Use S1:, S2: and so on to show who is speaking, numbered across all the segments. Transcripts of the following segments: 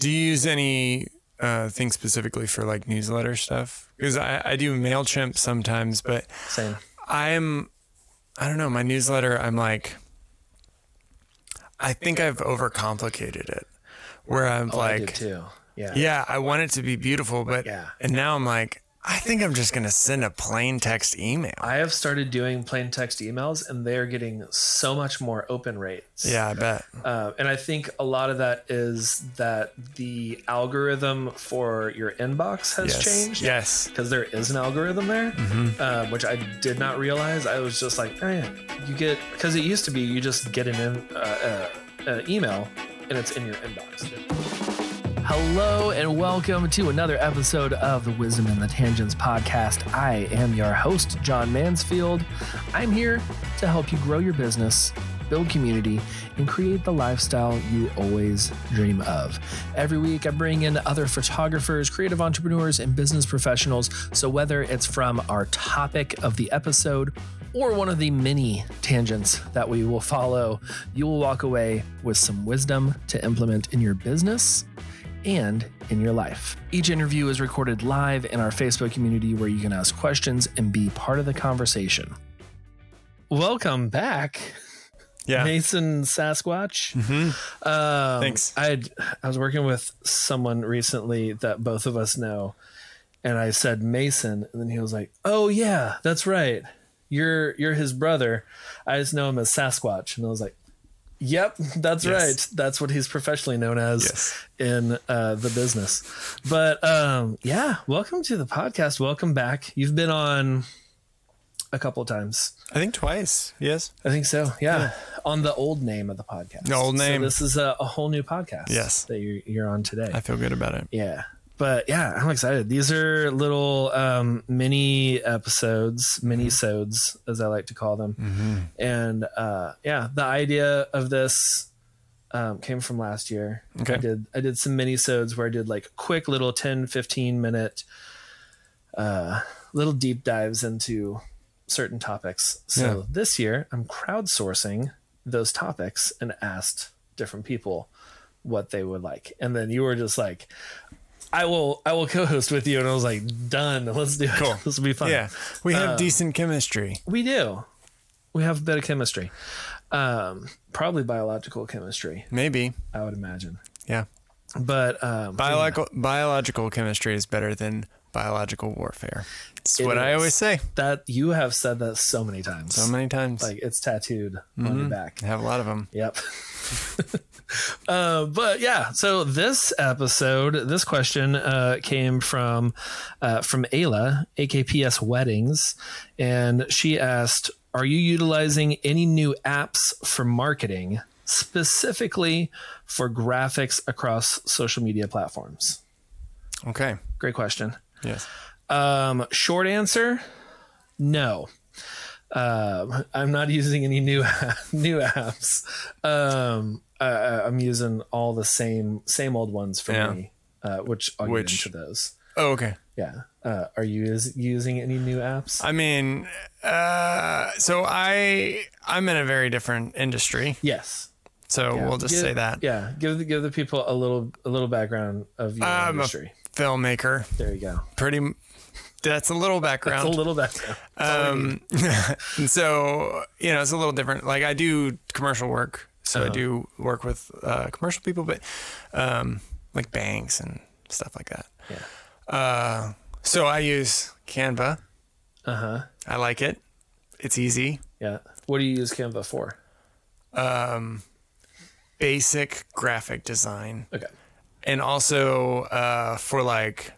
S1: Do you use any uh, thing specifically for like newsletter stuff? Because I, I do MailChimp sometimes, but
S2: Same.
S1: I'm, I don't know, my newsletter, I'm like, I think I've overcomplicated it where I'm
S2: Oh, I do
S1: like,
S2: too. Yeah.
S1: yeah, I want it to be beautiful, but,
S2: Yeah.
S1: and now I'm like, I think I'm just going to send a plain text email.
S2: I have started doing plain text emails and they are getting so much more open rates.
S1: Yeah, I bet.
S2: Uh, and I think a lot of that is that the algorithm for your inbox has
S1: Yes. Mm-hmm.
S2: changed.
S1: Yes.
S2: Because there is an algorithm there, uh, which I did not realize. I was just like, man, you get, because it used to be you just get an in, uh, uh, uh, email and it's in your inbox. Hello and welcome to another episode of the Wisdom and the Tangents podcast. I am your host, John Mansfield. I'm here to help you grow your business, build community, and create the lifestyle you always dream of. Every week, I bring in other photographers, creative entrepreneurs, and business professionals. So, whether it's from our topic of the episode or one of the many tangents that we will follow, you will walk away with some wisdom to implement in your business and in your life. Each interview is recorded live in our Facebook community where you can ask questions and be part of the conversation. Welcome back,
S1: Yeah. Mm-hmm.
S2: Mason Sasquatch. Um,
S1: Thanks.
S2: I I was working with someone recently that both of us know, and I said Mason, and then he was like, "Oh yeah, that's right. You're you're his brother. I just know him as Sasquatch." And I was like, "Yep, that's
S1: Yes.
S2: right. That's what he's professionally known as
S1: Yes.
S2: in uh, the business." But um, yeah, welcome to the podcast. Welcome back. You've been on a couple of times.
S1: I think twice. Yes.
S2: I think so. Yeah. On the old name of the podcast.
S1: The old name.
S2: So this is a, a whole new podcast.
S1: Yes.
S2: That you're, you're on today.
S1: I feel good about it.
S2: yeah. But yeah, I'm excited. These are little um, mini episodes, mini sodes, as I like to call them.
S1: Mm-hmm.
S2: And uh, yeah, the idea of this um, came from last year.
S1: Okay.
S2: I did I did some mini sodes where I did like quick little 10, 15 minute uh, little deep dives into certain topics. So
S1: Yeah.
S2: this year I'm crowdsourcing those topics and asked different people what they would like. And then you were just like, I will I will co-host with you. And I was like, done. Let's do it.
S1: Cool.
S2: this will be fun.
S1: Yeah. We have decent chemistry.
S2: We do. We have a bit of chemistry. Um, probably biological chemistry,
S1: Maybe.
S2: I would imagine.
S1: Yeah.
S2: But um,
S1: Biological biological chemistry is better than biological warfare. It's
S2: It
S1: what I
S2: is.
S1: always say
S2: that you have said that so many times.
S1: so many Mm-hmm. times.
S2: like it's tattooed on your back.
S1: I have a lot of them.
S2: Yep. uh, but yeah, so this episode, this question uh, came from uh, from Ayla, AKPS Weddings, and she asked, "Are you utilizing any new apps for marketing, specifically for graphics across social media platforms?"
S1: Okay.
S2: Great question.
S1: Yes.
S2: Um, short answer, no. Um, I'm not using any new new apps. Um, uh, I'm using all the same same old ones for
S1: Yeah.
S2: me, uh, which I'll
S1: Which-
S2: get into those.
S1: Oh, okay.
S2: Yeah. Uh, are you is, using any new apps?
S1: I mean, uh, so I I'm in a very different industry,
S2: yes.
S1: so we'll just
S2: Give-
S1: say that
S2: Yeah. Give the give the people a little a little background of your
S1: I'm a-
S2: industry.
S1: filmmaker.
S2: There you go.
S1: Pretty. m- That's a little
S2: It's
S1: background.
S2: a little background.
S1: um, and so you know it's a little different like i do commercial work so i do work with uh, commercial people but um, like banks and stuff like that
S2: Yeah.
S1: uh, so i use canva
S2: Uh huh.
S1: i like it it's easy
S2: Yeah. What do you use Canva for?
S1: basic graphic design
S2: Okay.
S1: and also uh, for like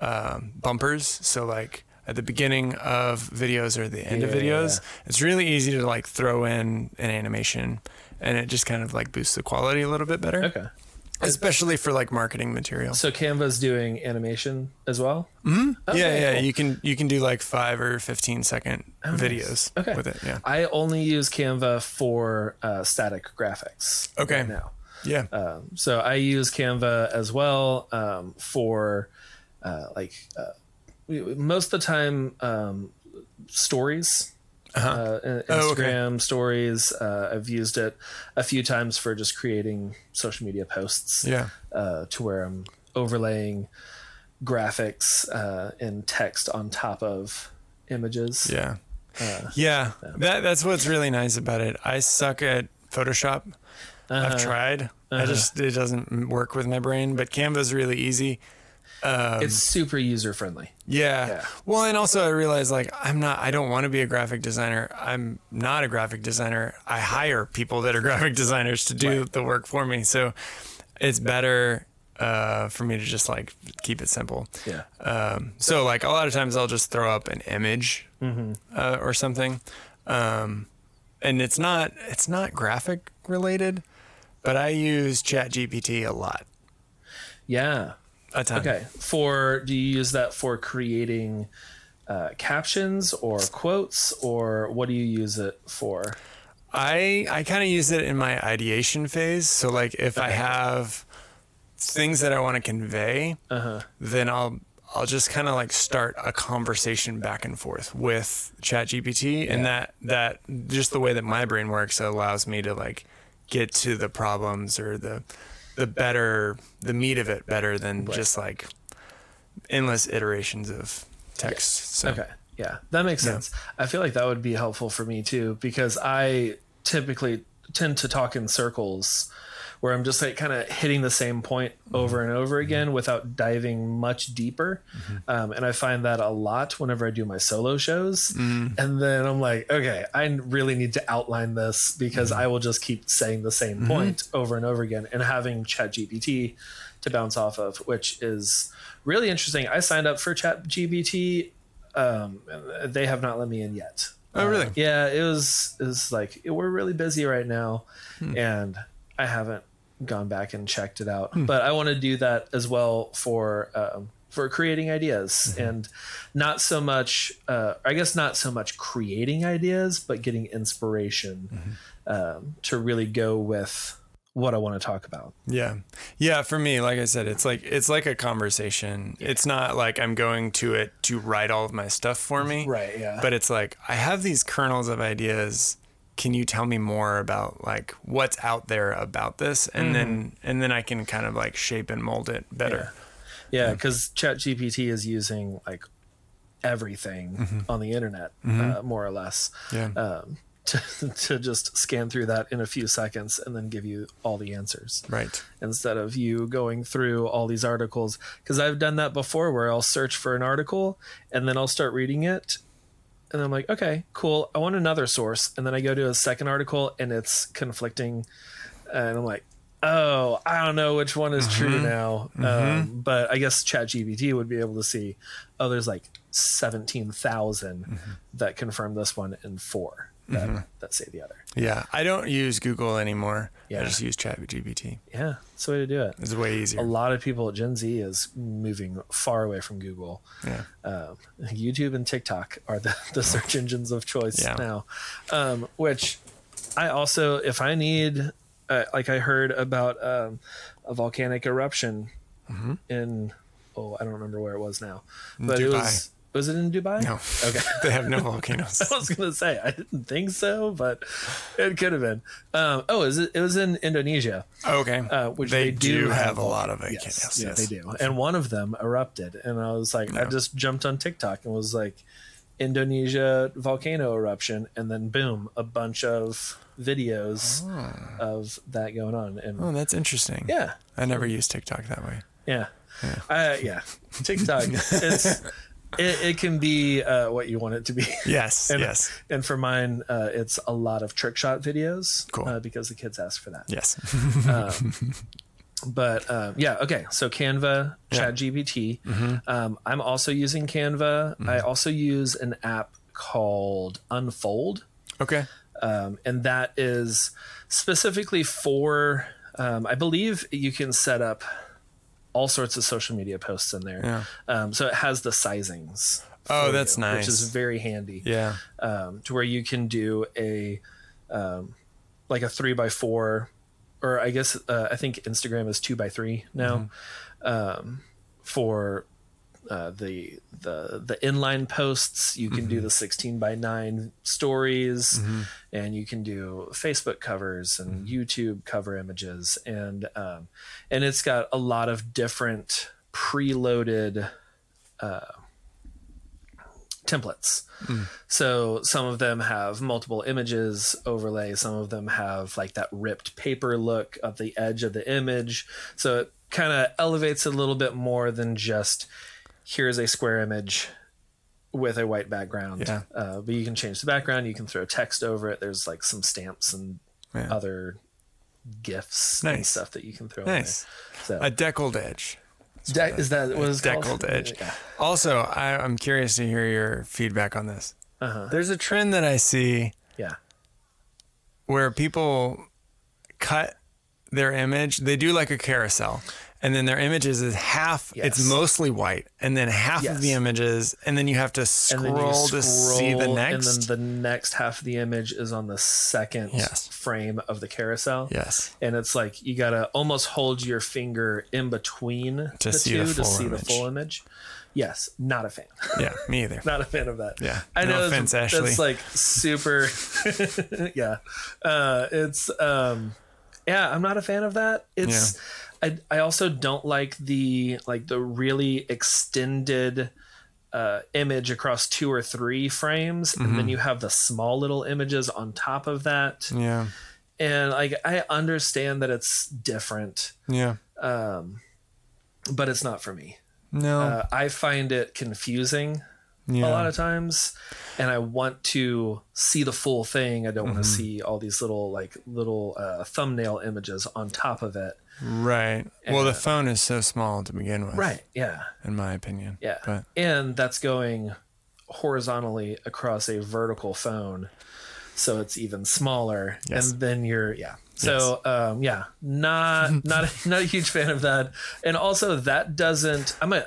S1: um, bumpers so like at the beginning of videos or the end of
S2: Yeah.
S1: videos it's really easy to like throw in an animation and it just kind of like boosts the quality a little bit better
S2: Okay.
S1: especially for like marketing material
S2: So Canva's doing animation as well.
S1: yeah yeah
S2: cool. Oh,
S1: you can you can do like five or 15 second videos
S2: Okay.
S1: with it yeah
S2: I only use Canva for uh, static graphics.
S1: Okay.
S2: Right now,
S1: yeah
S2: um, so I use Canva as well um, for uh, like uh, we- most of the time um, stories. uh in-
S1: Oh, okay.
S2: Instagram stories. Uh, I've used it a few times for just creating social media posts
S1: Yeah.
S2: uh, to where I'm overlaying graphics uh, and text on top of images.
S1: Yeah.
S2: uh,
S1: yeah. That that's what's really nice about it. I suck at Photoshop.
S2: Uh-huh.
S1: I've tried. I just it doesn't work with my brain, but Canva's really easy.
S2: it's super user friendly.
S1: Yeah.
S2: Yeah.
S1: Well, and also I realized like I'm not I don't want to be a graphic designer. I'm not a graphic designer. I hire people that are graphic designers to do the work for me. So it's better uh, for me to just like keep it simple.
S2: Yeah.
S1: Um, so like a lot of times I'll just throw up an image uh, or something, um, and it's not it's not graphic related, but I use ChatGPT a lot,
S2: Yeah.
S1: a ton.
S2: Okay. For do you use that for creating uh, captions or quotes or what do you use it for?
S1: I I kind of use it in my ideation phase. So like if I have things that I want to convey, then I'll I'll just kind of like start a conversation back and forth with ChatGPT, and that that just the way that my brain works allows me to like get to the problems or the the better the meat of it better than just like endless iterations of text. So
S2: Okay. Yeah, that makes sense. I feel like that would be helpful for me too because I typically tend to talk in circles where I'm just like kind of hitting the same point over and over again without diving much deeper. Um, and I find that a lot whenever I do my solo shows. And then I'm like, okay, I really need to outline this because I will just keep saying the same point over and over again and having ChatGPT to bounce off of, which is really interesting. I signed up for ChatGPT um, they have not let me in yet.
S1: Oh, really?
S2: Uh, yeah, it was it was like we're really busy right now, and I haven't gone back and checked it out. But I want to do that as well for um, for creating ideas and not so much. Uh, I guess not so much creating ideas, but getting inspiration um, to really go with what I want to talk about.
S1: Yeah. Yeah, for me, like I said, it's like it's like a conversation. It's not like I'm going to it to write all of my stuff for me.
S2: Right, yeah.
S1: But it's like I have these kernels of ideas. Can you tell me more about like what's out there about this? And then
S2: Mm-hmm.
S1: and then I can kind of like shape and mold it better.
S2: Yeah, because ChatGPT is using like everything on the internet, uh, more or less,
S1: Yeah.
S2: um, to, to just scan through that in a few seconds and then give you all the answers
S1: Right.
S2: instead of you going through all these articles. Because I've done that before where I'll search for an article and then I'll start reading it. And I'm like, okay, cool. I want another source. And then I go to a second article and it's conflicting. And I'm like, oh, I don't know which one is true now. Um, but I guess ChatGPT would be able to see, oh, there's like 17,000 that confirm this one and four that, that say the other.
S1: Yeah. I don't use Google anymore. I
S2: Yeah.
S1: just use ChatGPT.
S2: Yeah, it's the way to do it.
S1: It's way
S2: a
S1: easier.
S2: lot of people at Gen Z is moving far away from Google.
S1: Yeah.
S2: Um, YouTube and TikTok are the, the search engines of choice
S1: Yeah.
S2: now. Um, which I also, if I need, uh, like I heard about um, a volcanic eruption
S1: Mm-hmm.
S2: in, oh, I don't remember where it was now, but it
S1: Dubai.
S2: was, was it in Dubai?
S1: No.
S2: Okay.
S1: they have no volcanoes.
S2: I was gonna say I didn't think so, but it could have been. Um, oh, is it? It was in Indonesia
S1: Okay.
S2: uh, which
S1: they, do have, a
S2: all-
S1: lot of volcanoes.
S2: Yes,
S1: Yes.
S2: yeah, they do. And one of them erupted, and I was like, I just jumped on TikTok and was like, Indonesia volcano eruption, and then boom, a bunch of videos
S1: Ah.
S2: of that going on, and
S1: Oh, that's interesting.
S2: yeah,
S1: I never use TikTok that way.
S2: yeah, yeah, yeah. TikTok, it's it, it can be uh, what you want it to be.
S1: Yes.
S2: And,
S1: yes.
S2: and for mine, uh, it's a lot of trick shot videos
S1: Cool.
S2: uh, because the kids ask for that.
S1: Yes.
S2: but um, yeah okay so canva ChatGPT.
S1: Mm-hmm.
S2: um, i'm also using canva i also use an app called unfold
S1: Okay.
S2: um, and that is specifically for um, i believe you can set up all sorts of social media posts in there
S1: Yeah.
S2: um, so it has the sizings
S1: Oh,
S2: for
S1: that's
S2: you,
S1: nice.
S2: which is very handy
S1: yeah.
S2: um, to where you can do a um, like a three by four or i guess uh, i think instagram is two by three now um, for uh, the the the inline posts. You can do the sixteen by nine stories, and you can do Facebook covers and YouTube cover images, and um, and it's got a lot of different preloaded templates.
S1: Hmm.
S2: So some of them have multiple images overlay, some of them have like that ripped paper look of the edge of the image. So it kind of elevates a little bit more than just here's a square image with a white background.
S1: Yeah.
S2: Uh, but you can change the background, you can throw text over it. There's like some stamps and
S1: Yeah.
S2: other gifs and
S1: Nice.
S2: stuff that you can throw
S1: Nice.
S2: in there. So
S1: A deckled edge.
S2: de- is that what it's called?
S1: deckled edge.
S2: Yeah.
S1: Also, I, I'm curious to hear your feedback on this.
S2: Uh-huh.
S1: There's a trend that I see
S2: Yeah.
S1: where people cut their image. They do like a carousel, and then their images is half.
S2: Yes.
S1: It's mostly white, and then half of the
S2: Yes.
S1: images, and then you have to
S2: and
S1: scroll,
S2: then you
S1: to see the
S2: scroll,
S1: next.
S2: And then the next half of the image is on the second
S1: Yes.
S2: frame of the carousel.
S1: yes,
S2: And it's like you gotta almost hold your finger in between the
S1: see
S2: two
S1: the
S2: to
S1: full
S2: see the
S1: image.
S2: full image. Yes, not a fan.
S1: yeah, me either.
S2: not a fan of that.
S1: Yeah,
S2: I
S1: no
S2: know.
S1: offense,
S2: that's,
S1: Ashley.
S2: That's like super. yeah, uh, it's um, yeah. I'm not a fan of that. It's. I I also don't like the like the really extended. Uh, image across two or three frames, and
S1: Mm-hmm.
S2: then you have the small little images on top of that.
S1: Yeah,
S2: And like, I understand that it's different,
S1: yeah,
S2: but it's not for me.
S1: no,
S2: Uh, I find it confusing
S1: yeah,
S2: a lot of times and i want to see the full thing i don't
S1: Mm-hmm.
S2: want to see all these little like little uh, thumbnail images on top of it
S1: right. well,
S2: uh,
S1: the phone is so small to begin with,
S2: yeah
S1: In my opinion,
S2: yeah
S1: but
S2: and that's going horizontally across a vertical phone so it's even smaller
S1: Yes.
S2: and then you're yeah so um yeah not not not a huge fan of that and also that doesn't i'm a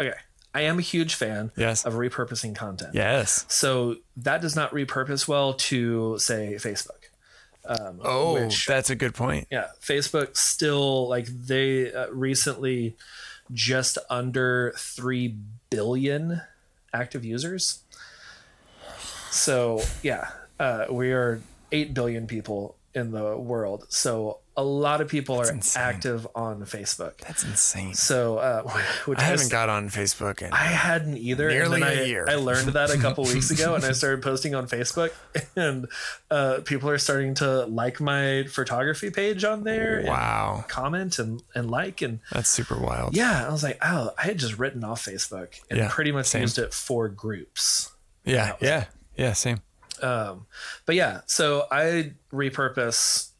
S2: okay i am a huge fan
S1: Yes.
S2: of repurposing content
S1: yes.
S2: So that does not repurpose well to say Facebook.
S1: Oh,
S2: Which-
S1: that's a good point.
S2: Yeah, Facebook still like they uh, recently just under 3 billion active users. So, yeah, uh, we are 8 billion people in the world. So, a lot of people are
S1: insane.
S2: active on Facebook.
S1: That's insane.
S2: So, uh, which
S1: I
S2: is-
S1: haven't got on Facebook and
S2: I hadn't either. and
S1: Nearly
S2: then
S1: a
S2: I-
S1: year.
S2: I learned that a couple weeks ago, and I started posting on Facebook, and uh, people are starting to like my photography page on there. and
S1: wow,
S2: comment and, and like and
S1: that's super wild.
S2: yeah i was like oh i had just written off facebook and
S1: Yeah,
S2: pretty much
S1: same.
S2: used it for groups
S1: yeah, yeah, yeah. Same.
S2: um but yeah so i repurpose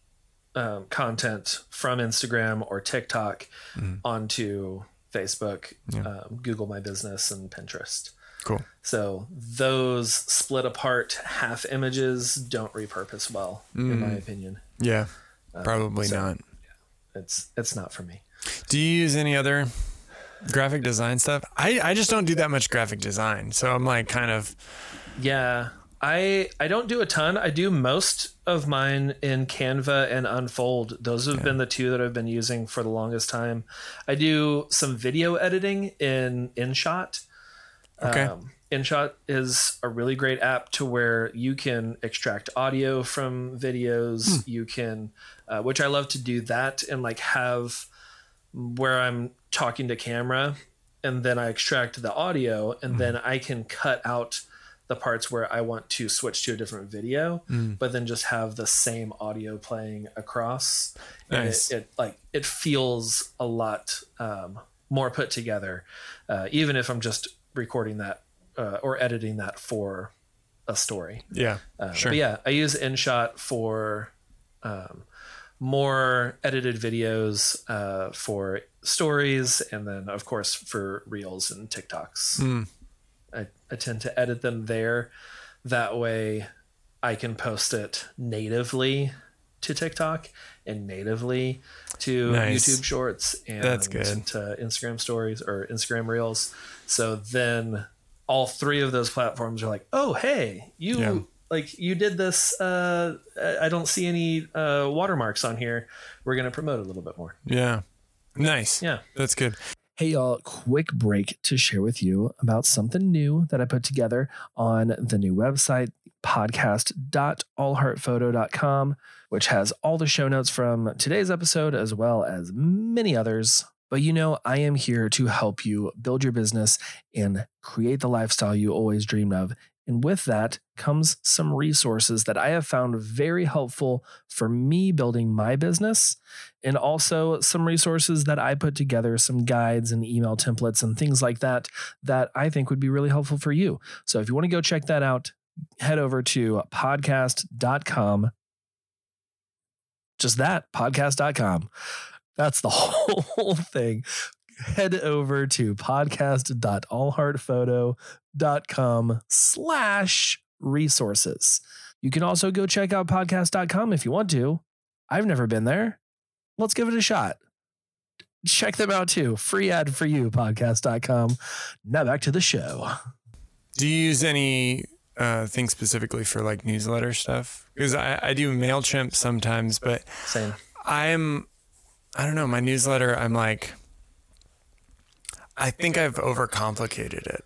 S2: um, content from instagram or tiktok
S1: Mm-hmm.
S2: onto facebook um, google my business and pinterest
S1: Cool.
S2: So those split apart half images don't repurpose well, in my opinion.
S1: Yeah,
S2: Uh,
S1: probably not.
S2: It's it's not for me.
S1: Do you use any other graphic design stuff? I, I just don't do that much graphic design. So I'm like kind of
S2: Yeah. I I don't do a ton. I do most of mine in Canva and Unfold. Those have been the two that I've been using for the longest time. I do some video editing in InShot.
S1: okay.
S2: Um, InShot is a really great app to where you can extract audio from videos. You can, uh, which I love to do that and like have where I'm talking to camera and then I extract the audio and then I can cut out the parts where I want to switch to a different video, but then just have the same audio playing across. And
S1: Nice.
S2: it, it like it feels a lot um, more put together, uh, even if I'm just recording that uh, or editing that for a story.
S1: yeah,
S2: Uh,
S1: sure.
S2: But yeah, I use InShot for um, more edited videos uh, for stories, and then of course for reels and TikToks.
S1: Hmm.
S2: I, I tend to edit them there. That way, I can post it natively to TikTok and natively to
S1: Nice.
S2: YouTube Shorts and
S1: That's good.
S2: to Instagram Stories or Instagram Reels. So then all three of those platforms are like, oh hey, you
S1: Yeah.
S2: like you did this. Uh, I- I don't see any uh, watermarks on here. We're gonna promote a little bit more.
S1: Yeah. Nice.
S2: Yeah.
S1: That's good.
S3: Hey, y'all, quick break to share with you about something new that I put together on the new website, podcast.allheartphoto.com, which has all the show notes from today's episode as well as many others. But you know, I am here to help you build your business and create the lifestyle you always dreamed of. And with that comes some resources that I have found very helpful for me building my business, and also some resources that I put together, some guides and email templates and things like that, that I think would be really helpful for you. So if you want to go check that out, head over to podcast.com. Just that, podcast.com. That's the whole thing. Head over to podcast.allheartphoto.com slash resources. You can also go check out podcast.com if you want to. I've never been there. Let's give it a shot. Check them out too. Free ad for you, podcast.com. Now back to the show.
S1: Do you use any uh, thing specifically for like newsletter stuff? Because I, I do MailChimp sometimes, but
S2: Same.
S1: I'm, I don't know, my newsletter, I'm like, I think I've overcomplicated it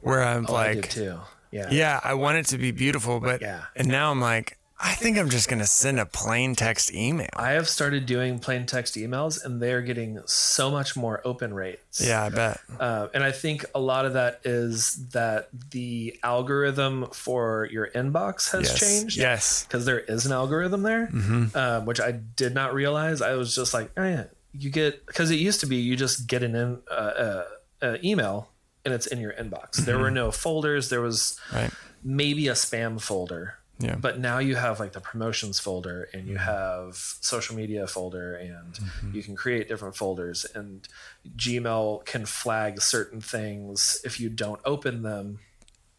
S1: where I'm
S2: Oh, I did
S1: like,
S2: too. Yeah.
S1: yeah, I want it to be beautiful, but,
S2: Yeah.
S1: and now I'm like, I think I'm just going to send a plain text email.
S2: I have started doing plain text emails, and they are getting so much more open rates.
S1: Yeah, I bet.
S2: Uh, and I think a lot of that is that the algorithm for your inbox has
S1: Yes.
S2: changed.
S1: Yes.
S2: Because there is an algorithm there, um, which I did not realize. I was just like, oh, yeah, you get, because it used to be you just get an in, uh, uh, uh, email and it's in your inbox. There were no folders. There was
S1: Right.
S2: maybe a spam folder.
S1: Yeah.
S2: But now you have like the promotions folder and you have social media folder and
S1: Mm-hmm.
S2: you can create different folders and Gmail can flag certain things if you don't open them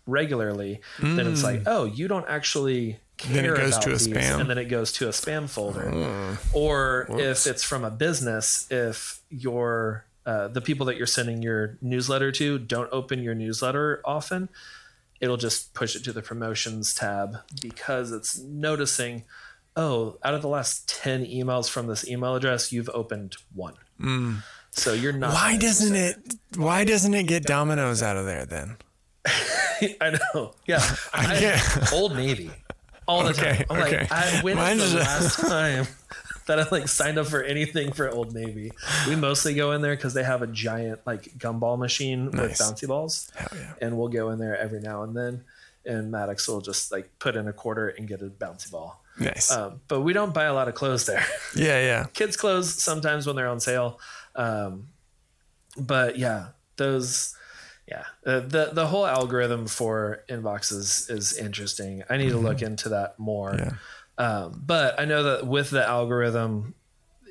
S2: regularly then it's like oh you don't actually care
S1: Mm. Then it goes
S2: about
S1: to a
S2: these,
S1: spam. Uh,
S2: and then it goes to a spam folder or if it's from a business if your uh, the people that you're sending your newsletter to don't open your newsletter often it'll just push it to the promotions tab because it's noticing oh out of the last 10 emails from this email address you've opened one so you're not
S1: Why doesn't
S2: it?
S1: it, why doesn't it get dominoes out of there then?
S2: I know. Yeah.
S1: I
S2: I-
S1: can't-
S2: Old Navy. All the
S1: Okay,
S2: time. I'm
S1: okay.
S2: like, I when
S1: Mine's
S2: is the
S1: just-
S2: last time that I like signed up for anything for Old Navy? We mostly go in there because they have a giant like gumball machine
S1: Nice.
S2: with bouncy balls.
S1: Hell yeah.
S2: And we'll go in there every now and then. And Maddox will just like put in a quarter and get a bouncy ball.
S1: Nice.
S2: Um, but we don't buy a lot of clothes there
S1: yeah. Yeah.
S2: kids clothes sometimes when they're on sale um, but yeah those yeah uh, the the whole algorithm for inboxes is interesting i need to look into that more
S1: Mm-hmm. Yeah.
S2: um, but i know that with the algorithm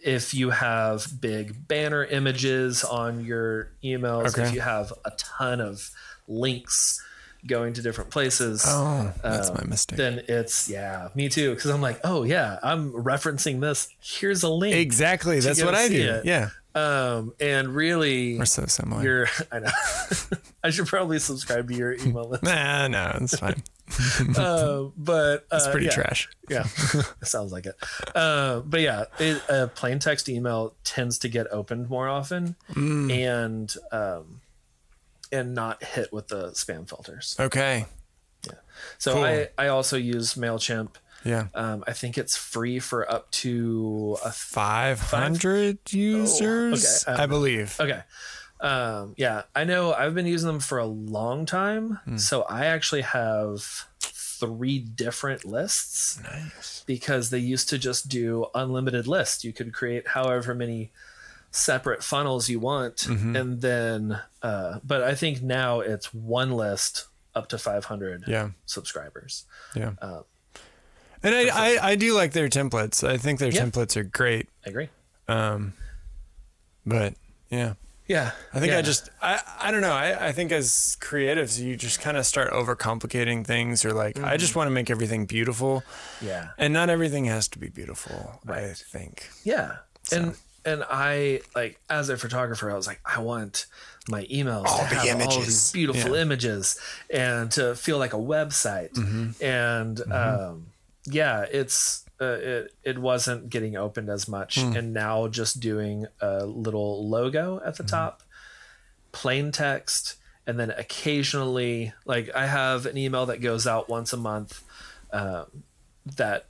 S2: if you have big banner images on your emails if
S1: Okay.
S2: you have a ton of links going to different places
S1: Oh, that's
S2: uh,
S1: my mistake.
S2: Um, then it's yeah me too because i'm like oh yeah i'm referencing this here's a link
S1: Exactly. That's
S2: go
S1: what I
S2: see
S1: do.
S2: it.
S1: Yeah.
S2: um and really
S1: We're so similar.
S2: you're i know i should probably subscribe to your email list
S1: nah, no, it's fine.
S2: uh, but uh,
S1: It's pretty
S2: yeah,
S1: trash.
S2: yeah it sounds like it uh, but yeah it, uh, plain text email tends to get opened more often
S1: Mm.
S2: and um and not hit with the spam filters
S1: Okay.
S2: so
S1: Cool.
S2: i i also use mailchimp
S1: Yeah.
S2: um, I think it's free for up to a Oh,
S1: Five hundred users,
S2: okay, um,
S1: I believe.
S2: Okay. Um, yeah, I know I've been using them for a long time.
S1: Hmm.
S2: So I actually have three different lists
S1: Nice.
S2: because they used to just do unlimited lists. You could create however many separate funnels you want.
S1: Mm-hmm.
S2: And then, uh, but I think now it's one list up to 500
S1: Yeah.
S2: subscribers.
S1: Yeah.
S2: Uh,
S1: and I, I, I do like their templates. I think their
S2: Yeah.
S1: templates are great.
S2: I agree.
S1: Um, but yeah,
S2: Yeah.
S1: I think I
S2: Yeah.
S1: just I, I don't know. I, I think as creatives, you just kind of start overcomplicating things, or like I
S2: Mm-hmm.
S1: just want to make everything beautiful,
S2: yeah.
S1: and not everything has to be beautiful. I think.
S2: Yeah. And and I like as a photographer, I was like, I want my emails
S1: All
S2: to
S1: the
S2: have all
S1: images.
S2: these beautiful
S1: Yeah.
S2: images and to feel like a website.
S1: Mm-hmm.
S2: And um, yeah, it's uh, it it wasn't
S1: Mm. Mm-hmm.
S2: getting opened as much, and now just doing a little logo at the top plain text, and then occasionally, like I have an email that goes out once a month um, that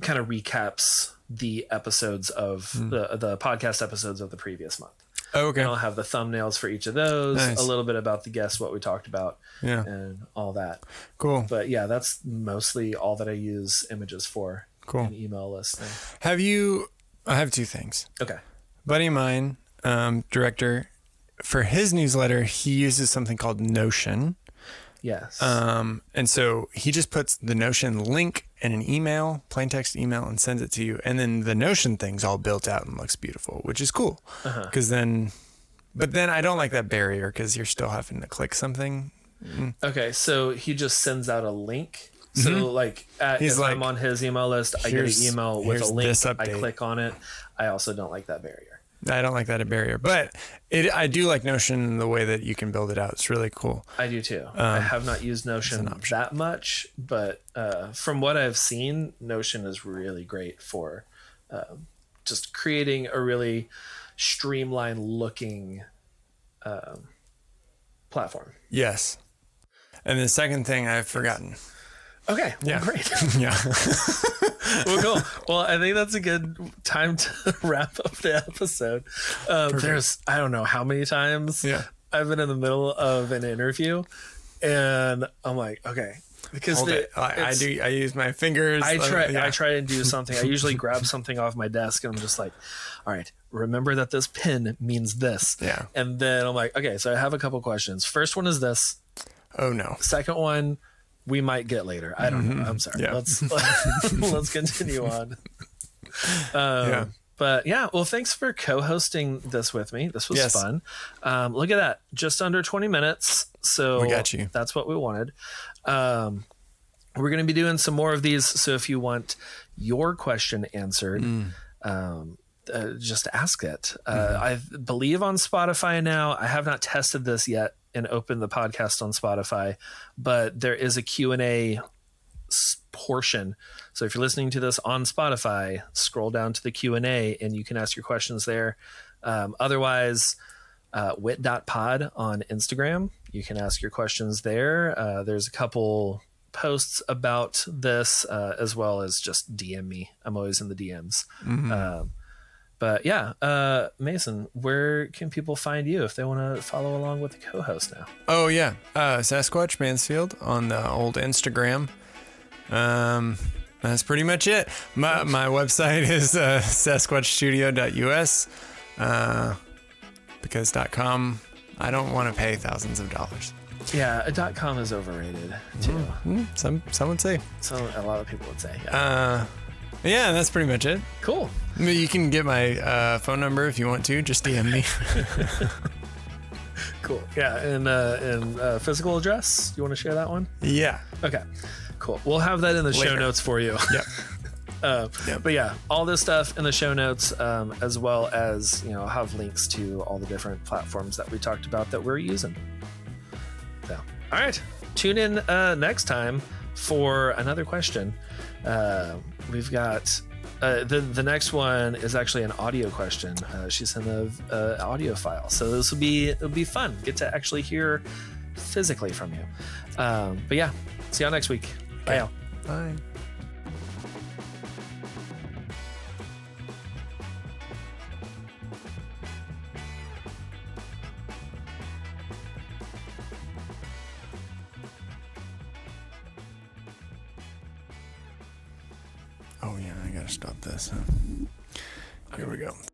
S2: kind of recaps the episodes of
S1: Hmm.
S2: the the podcast episodes of the previous month.
S1: Okay.
S2: And I'll have the thumbnails for each of those,
S1: Nice.
S2: a little bit about the guests, what we talked about,
S1: Yeah.
S2: and all that.
S1: Cool.
S2: But yeah, that's mostly all that I use images for.
S1: Cool.
S2: An email list. Thing.
S1: Have you? I have two things.
S2: Okay.
S1: buddy of mine, um, director, for his newsletter, he uses something called Notion.
S2: Yes.
S1: Um, and so he just puts the Notion link in an email, plain text email, and sends it to you. And then the Notion thing's all built out and looks beautiful, which is cool. Because then, but then I don't like that barrier because you're still having to click something.
S2: okay. So he just sends out a link. So like, at,
S1: Mm-hmm. He's
S2: if I'm
S1: like,
S2: on his email list, I get
S1: "Here's-
S2: an email with a
S1: here's
S2: link.
S1: this
S2: I
S1: update."
S2: click on it. I also don't like that barrier.
S1: I don't like that a barrier, but it, I do like Notion in the way that you can build it out. It's really cool.
S2: I do too.
S1: Um,
S2: I have not used Notion that much, but uh, from what I've seen, Notion is really great for um, just creating a really streamlined looking um, platform.
S1: Yes. And the second thing I've forgotten.
S2: Okay, well,
S1: Yeah.
S2: great.
S1: yeah.
S2: well, cool. Well, I think that's a good time to wrap up the episode. Um, there's, I don't know how many times
S1: Yeah.
S2: I've been in the middle of an interview, and I'm like, okay, because
S1: Hold
S2: the-
S1: it. I, I
S2: it's-
S1: do. I use my fingers.
S2: I
S1: uh,
S2: try.
S1: yeah.
S2: I try and do something. I usually grab something off my desk, and I'm just like, "All right, remember that this pin means this."
S1: Yeah.
S2: And then I'm like, "Okay, so I have a couple questions. First one is this.
S1: Oh no.
S2: Second one, we might get later. I don't know. I'm sorry.
S1: Mm-hmm. Yeah.
S2: Let's let's continue on." Um,
S1: Yeah.
S2: But yeah, well, thanks for co-hosting this with me. This was
S1: Yes.
S2: fun. Um, look at that, just under 20 minutes. So
S1: We got you.
S2: That's what we wanted. Um, we're going to be doing some more of these. So if you want your question answered, um, uh, just ask it. Uh, I believe on Spotify now. I have not tested this yet and opened the podcast on Spotify, but there is a Q and A s- portion. So if you're listening to this on Spotify, scroll down to the Q and A, and you can ask your questions there. Um, otherwise, uh, wit.pod on Instagram. You can ask your questions there. Uh, there's a couple posts about this, uh, as well as just DM me. I'm always in the DMs. Um, but yeah, uh, Mason, where can people find you if they want to follow along with the co host now?
S1: Oh yeah. Uh, Sasquatch Mansfield on the old Instagram. Um, that's pretty much it. My my website is uh, sasquatchstudio.us uh, because .com. I don't want to pay thousands of dollars.
S2: Yeah, a dot com is overrated too.
S1: Hmm, some some would say.
S2: So a lot of people would say. Yeah.
S1: Uh, yeah, that's pretty much it.
S2: cool.
S1: I mean, You can get my uh, phone number if you want to. Just DM me.
S2: Cool. Yeah. And, uh, and uh, physical address, you want to share that one?
S1: yeah.
S2: Okay. Cool. We'll have that in the show
S1: Later.
S2: notes for you.
S1: Yep.
S2: Uh,
S1: Yep.
S2: But yeah, all this stuff in the show notes, um, as well as you know, I'll have links to all the different platforms that we talked about that we're using. So, all right, tune in uh, next time for another question. Uh, we've got. Uh, the, the next one is actually an audio question. Uh, she sent a uh, audio file, so this will be it'll be fun. Get to actually hear physically from you. Um, but yeah, see y'all next week. Bye. Y'all.
S1: Bye. Oh yeah, I gotta stop this. huh? Here we go.